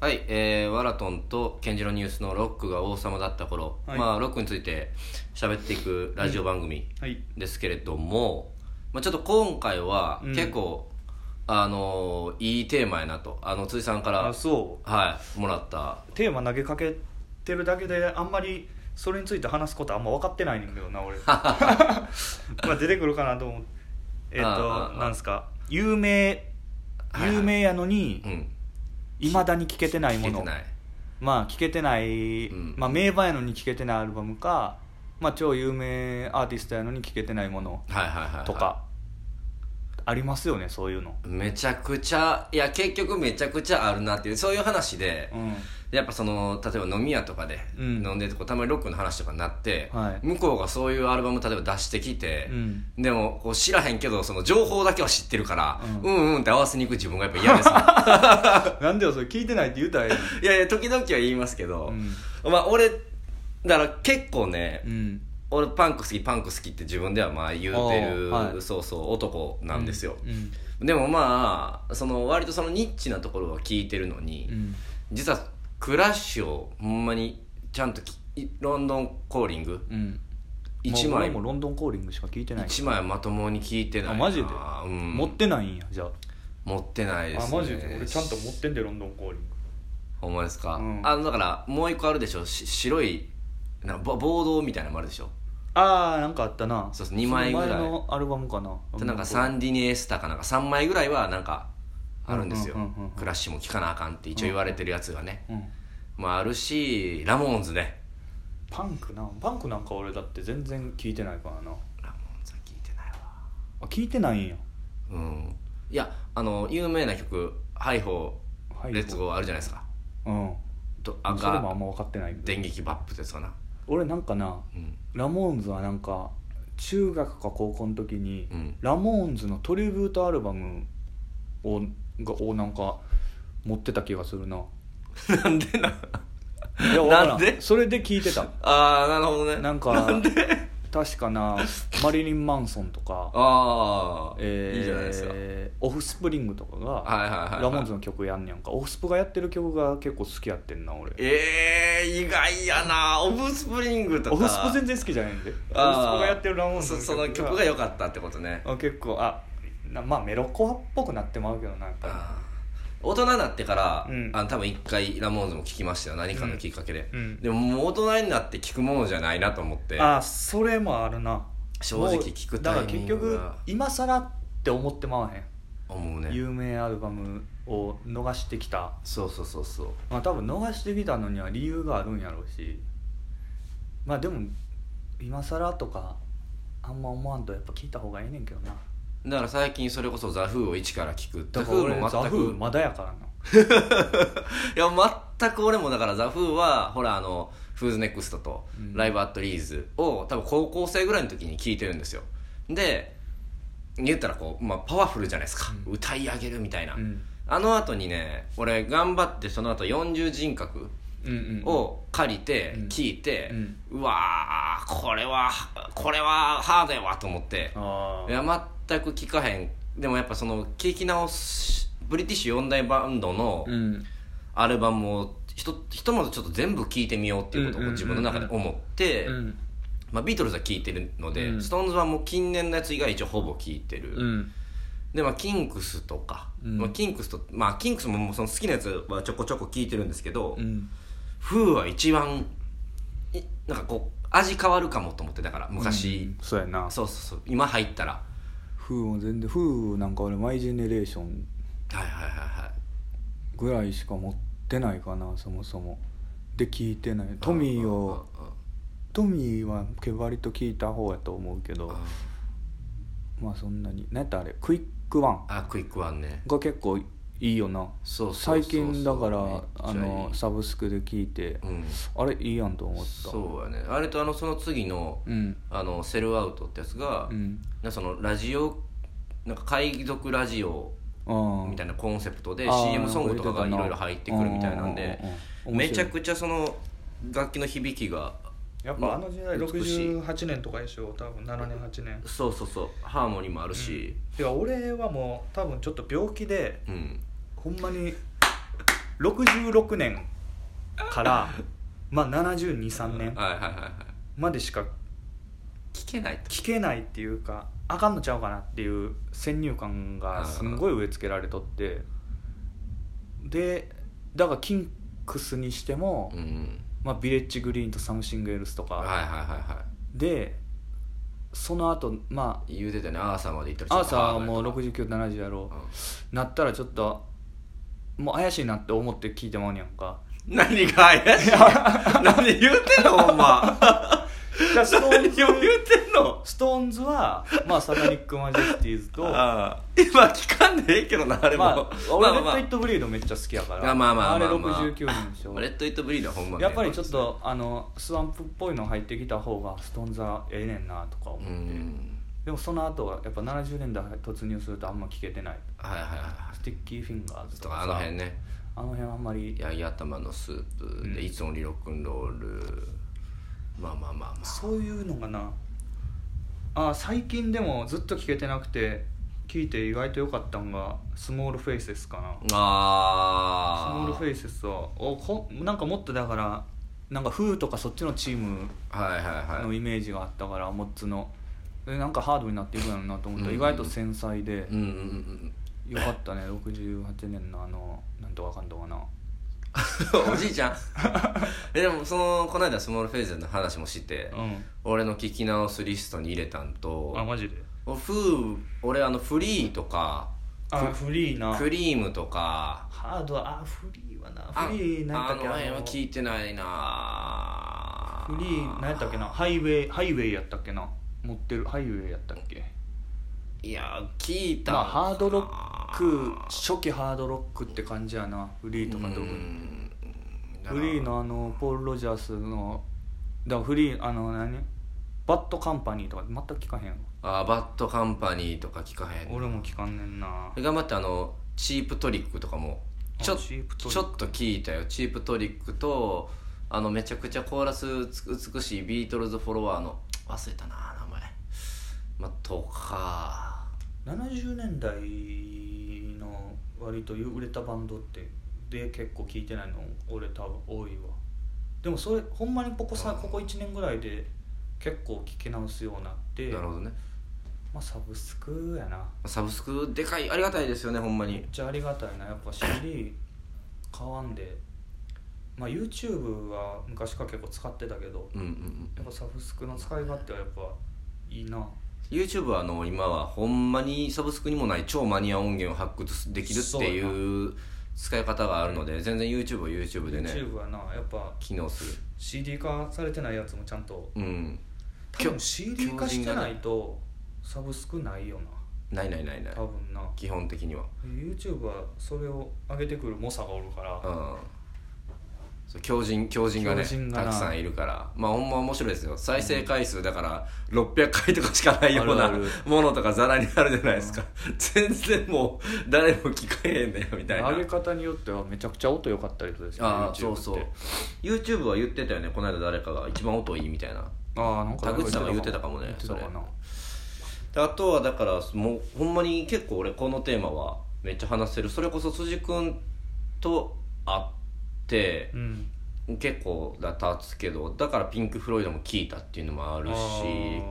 はい、えー、ワラトンとケンジロニュースのロックが王様だった頃、はいまあロックについて喋っていくラジオ番組はいですけれども、まあ、ちょっと今回はうん結構、あのーいいテーマやなとあの辻さんからあそはいもらったうテーマ投げかけてるだけであんまりそれについて話すことあんま分かってないねんだよな 俺まあ出てくるかなと思ってえっ、あああとなんですか有名はいはい有名やのにうんいまだに聴けてないも聞けのてないまあ聴けてない、うんまあ、名盤やのに聴けてないアルバムか、まあ、超有名アーティストやのに聴けてないものはいはいはいはいとかありますよねそういうのめちゃくちゃいや結局めちゃくちゃあるなっていうそういう話でうんやっぱその例えば飲み屋とかでうん飲んでるとこたまにロックの話とかになって、はい向こうがそういうアルバム例えば出してきて う、んでもこう知らへんけどその情報だけは知ってるから、う、うんうんって合わせに行く自分がやっぱ 嫌ですねなんでよそれ聞いてないって言うたらえいやいや時々は言いますけどえ、のにまあ俺だから結構ねうん、うん俺パンク好きパンク好きって自分ではまあ言うてる、あーはいそうそう男なんですよ、うんでもまあその割とそのニッチなところは聞いてるのに、うん実はクラッシュをほんまにちゃんときロンドンコーリングうん1もう枚俺もロンドンコーリングしか聞いてない一枚まともに聞いてないなあマジでうん、持ってないんやじゃあ持ってないです、ね、持ってんでロンドンコーリングほんまですか、うんあのだからもう一個あるでしょし白いなんかボボードみたいなのもあるでしょああなんかあったなそうそう二枚ぐらいその前のアルバムかなでなんかサンディネエスタかなんか3枚ぐらいはなんかあるんですよ、うんうんうんうんクラッシュも聴かなあかんって一応言われてるやつがね、うんまああるしラモーンズねパンクなパンクなんか俺だって全然聞いてないからなラモーンズは聴いてないわあ聞いてないんやうんいやあの有名な曲「ハイホはーレッツゴー」あるじゃないですかうんとそれもあ赤んま分かってないけど電撃バップってやつかな俺なんかなうんラモーンズはなんか中学か高校の時に、うんラモーンズのトリビュートアルバムをがをなんか持ってた気がするななんでないやわから なんでそれで聞い てたああなるほどねなんか確かなマリリン・マンソンとか、ああ、えーいいじゃないですかはいオフスプリングとかがはいはい、はい、ラモーンズの曲やんねやんかオフスプがやってる曲が結構好きやってんな俺ええ意外やなオブスプリングとかオフスプ全然好きじゃないんでオフスプあーがやってるラモーンズそその曲が良かったってことねあ結構あなまあメロコアっぽくなってまうけどなやっぱりあー大人になってから、うんあの多分一回ラモーンズも聴きましたよ何かのきっかけで、うんでももう大人になって聴くものじゃないなと思ってあそれもあるな正直聞くタイミングもうだかがら結局今更って思ってまわへん、思うね有名アルバムを逃してきたそうそうそうそうまあ多分逃してきたのには理由があるんやろうしまあでも今更とかあんま思わんとやっぱ聞いた方がええねんけどなだから最近それこそザ・フーを一から聞くだザ・からフ俺ーもザ・全フーくまだやからないや全く俺もだからザ・フーはほらあのフーズネクストとうんライブアットリーズを多分高校生ぐらいの時に聞いてるんですよで言ったらこう、まあ、パワフルじゃないですか、うん歌い上げるみたいな、うんあの後にね俺頑張ってその後40人格うんうんを借りてうん聞いて、うんうわーこれはこれはハードやわと思ってあいあや全く聞かへんでもやっぱその聞き直すブリティッシュ4大バンドの、うんアルバムをひとひとまずちょっと全部聴いてみようっていうことを自分の中で思って、うんまあ、ビートルズは聴いてるので、うんストーンズはもう近年のやつ以外一応ほぼ聴いてる、うんでまあキンクスとか、うんまあ、キンクスとまあキンクスももうその好きなやつはちょこちょこ聴いてるんですけど、うんフーは一番いなんかこう味変わるかもと思ってだから昔、そうやなそうそうそう今入ったらフーも全然フーなんか俺マイジェネレーションはいはいはいはいぐらいしか持ってないかなそもそもで聞いてないトミーをうんうんトミーは割と聞いた方やと思うけうんどうんまあそんなに何やったらあれクイックワンあクイックワンねが結構いいよなそうそうそう最そう近だからめっちゃいあいのサブスクで聞いてうんあれいいやんと思ったそうやねあれとあのその次のうんあのセルアウトってやつが、うんなんかそのラジオなんか海賊ラジオああみたいなコンセプトであー CM ソングとかがいろいろ入ってくるみたいなんでうんうんうんうん面白いめちゃくちゃその楽器の響きがやっまぱあの時代美しい68年とかでしょ多分7年8年そうそうそうハーモニーもあるし、てか俺はもう多分ちょっと病気でうんほんまに66年からまあ723年はいはいはいはいまでしか聞けないと聞けないっていうかあかんのちゃうかなっていう先入観がすんごい植え付けられとってでだからキンクスにしても、うんまあ、ビレッジグリーンとサムシングエルスとはいかはいはいはでその後まい言うてたよねアーサーまで行ったあらアーサーはもう六6970やろうなったらちょっともう怪しいなって思って聞いてまうねやんか何が怪 しい何言うてんのほんまストー 何ンをズ言うてんのストーンズは、まあ、サタニック・マジェスティーズ とああ今聞かんでええけどなあれも、まあ、俺レッまド・あイット・ブリードめっちゃ好きやからあまあまああれまあまあ69年でしまあレょッド・イット・ブリードはほんまにやっぱりちょっとあのスワンプっぽいの入ってきた方がストーンズはええねんなとか思うって、んでもその後はやっぱ70年代突入するとあんま聞けてないはいはいはスティッキー・フィンガーいズととかかさあの辺ねあの辺はあんまりヤギ頭のスープで、うんいつもリロックンロールまあまあまあまあそういうのがなあ最近でもずっと聞けてなくて聞いて意外と良かったんがスモールフェイセスかなスモールあフェイセスはおこなんかもっとだからなんかフーとかそっちのチームあはいはいのはいイメージがあったから、モッツのでなんかハードになっていくんやろなと思ったら、うん意外と繊細でうんうんうん よかったね68年のあのなんとかかんとかなうんおじいちゃん えでもそのこの間スモールフェイズの話もして、うん俺の聞き直すリストに入れたんとマジで俺フー俺あのフリーとかあフリーなクリームとかハードはあフリーはなあフリーなんやあのったっけ辺あはの聞いてないなフリーなんやったっけなハイウェイハイウェイやったっけな持ってるハイウェイやったっけいや聞いたまあハードロック初期ハードロックって感じやなフリーとか特うにんフリーのあのポール・ロジャースのだからフリーあの何バッドカンパニーとか全く聞かへんやろあバッドカンパニーとか聞かへん俺も聞かんねんな頑張ってあのチープトリックとかもちょあチープトリックちょっと聞いたよチープトリックとあのめちゃくちゃコーラスつ美しいビートルズフォロワーの忘れたな名前まあとか70年代の割と売れたバンドってで結構聞いてないの俺多分多いわでもそれほんまにここさここ1年ぐらいで結構聞き直すようになってなるほどねまあサブスクやなサブスクでかいありがたいですよねほんまにめっちゃありがたいなやっぱ CD 買わんで、まあ、YouTube は昔から結構使ってたけどうんうんうんやっぱサブスクの使い勝手はやっぱいいな YouTube はあの今はほんまにサブスクにもない超マニア音源を発掘できるっていう使い方があるので全然 YouTube は YouTube でね YouTube はなやっぱ機能する CD 化されてないやつもちゃんとうん多分 CD 化してない強靭とサブスクないよがないないないなない多分な基本的には YouTube はそれを上げてくる猛者がおるからうんそう強人強人がね強人がたなくさんいるからまあほんま面白いですよ再生回数だから600回とかしかないようあなるものとかざらにあるじゃないですか全然もう誰も聞かへんねんみたいな上げ方によってはめちゃくちゃ音良かったりするしああ YouTube ってそうそう YouTube は言ってたよねこの間誰かが一番音いいみたいなああなんか田口さんが言ってたかもね言ってたかなであとはだからもうほんまに結構俺このテーマはめっちゃ話せるそれこそ辻君と会ってうん結構だったつけどだからピンク・フロイドも聞いたっていうのもあるしあ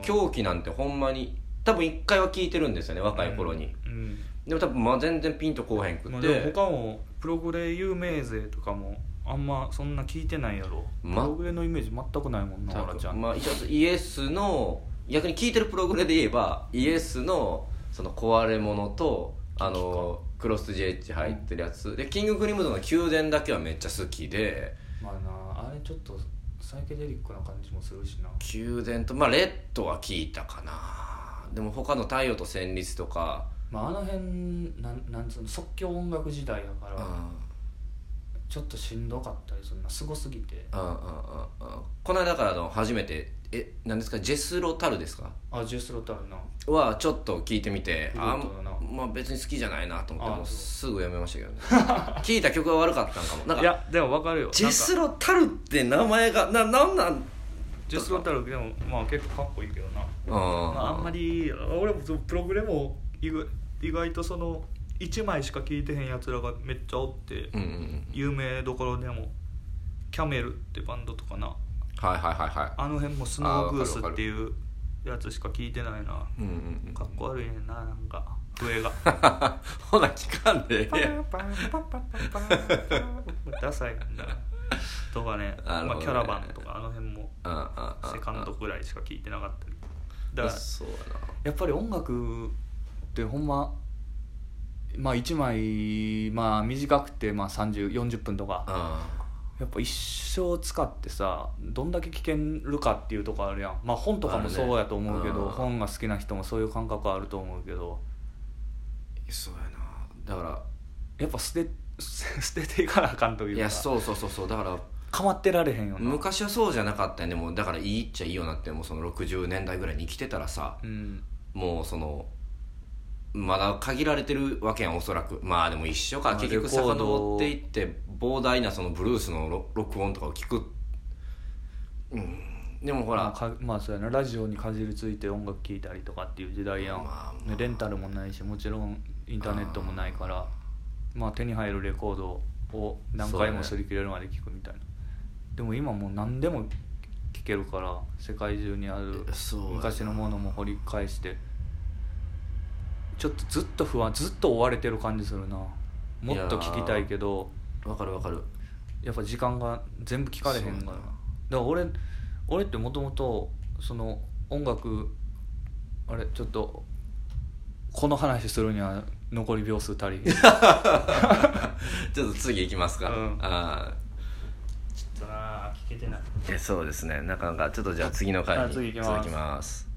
ー狂気なんてほんまに多分一回は聞いてるんですよね若い頃に、うんでも多分まあ全然ピンとこうへんくまあ、っでもて、他もプログレ有名勢とかもあんまそんな聞いてないやろ、まプログレのイメージ全くないもんなオラちゃん、まあ、一応イエスの逆に聞いてるプログレで言えばイエスのその壊れ物とあのクロス JH 入ってるやつ、でキング・クリムゾンの宮殿だけはめっちゃ好きでまあなあれちょっとサイケデリックな感じもするしな宮殿とまあレッドは聞いたかなでも他の「太陽と旋律」とか、まああの辺なんなんつうの即興音楽時代やかうん、うんうんらちょっとしんどかったりするなすごすぎてうんうんうんこの間だからあの初めてえ何ですかジェスロタルですかあジュースロタルなはちょっと聞いてみてフルあートだなまあ別に好きじゃないなと思ってあもうそうすぐやめましたけど ね聞いた曲が悪かったんかもなんいかやでもわかるよジェスロタルって名前がななんなんジュースロタルでもまあ結構かっこいいけどなうん、ままあ、あんまり俺もプログレも意外意外とその1枚しか聴いてへんやつらがめっちゃおってうんうんうん有名どころでもキャメルってバンドとかなはいはいはいはいあの辺もスノーグースっていうやつしか聴いてないなうんうんうん かっこ悪いねんななんか笛がほな聞かんでええやんダサいんだとかねなるまほどねあ、キャラバンとかあの辺もうんうんうんうんセカンドぐらいしか聴いてなかったりだだからそうやなやっぱり音楽ってほんままあ1枚まあ短くてまあ3040分とかうやっぱ一生使ってさどんだけ聴けるかっていうとこあるやんまあ本とかもそうやと思うけあるど、ねうん本が好きな人もそういう感覚あると思うけどんそうやなだかやっぱ捨て 捨てていかなあかんといらういかやそうそうそうそうだからかまってられへんよな昔はそうじゃなかったよねもうだからいいっちゃいいよなってもうその60年代ぐらいに生きてたらさうんもうそのまだ限られてるわけやんおそらくまあでも一緒かまあ結局レコー遡ドっていって膨大なそのブルースの録録音とかを聞くうんでもほまあらかまあそうやなラジオにかじりついて音楽聴いたりとかっていう時代やん、まあまあねレンタルもないしもちろんインターネットもないからまあ手に入るレコードを何回もそうだ擦ねり切れるまで聴くみたいな、でも今もう何でも聴けるから世界中にあるえそうやな昔のものも掘り返してちょっとずっと不安ずっと追われてる感じするなもっと聴きたいけどわかるわかるやっぱ時間が全部聞かれへんからそうだやなから俺俺ってもともとその音楽あれちょっとこの話するには残り秒数足り へんちょっちょっと次行きますか、うんあとな聞けてないあそうですねなかなかちょっとじゃあ次の回あに次続行きますきます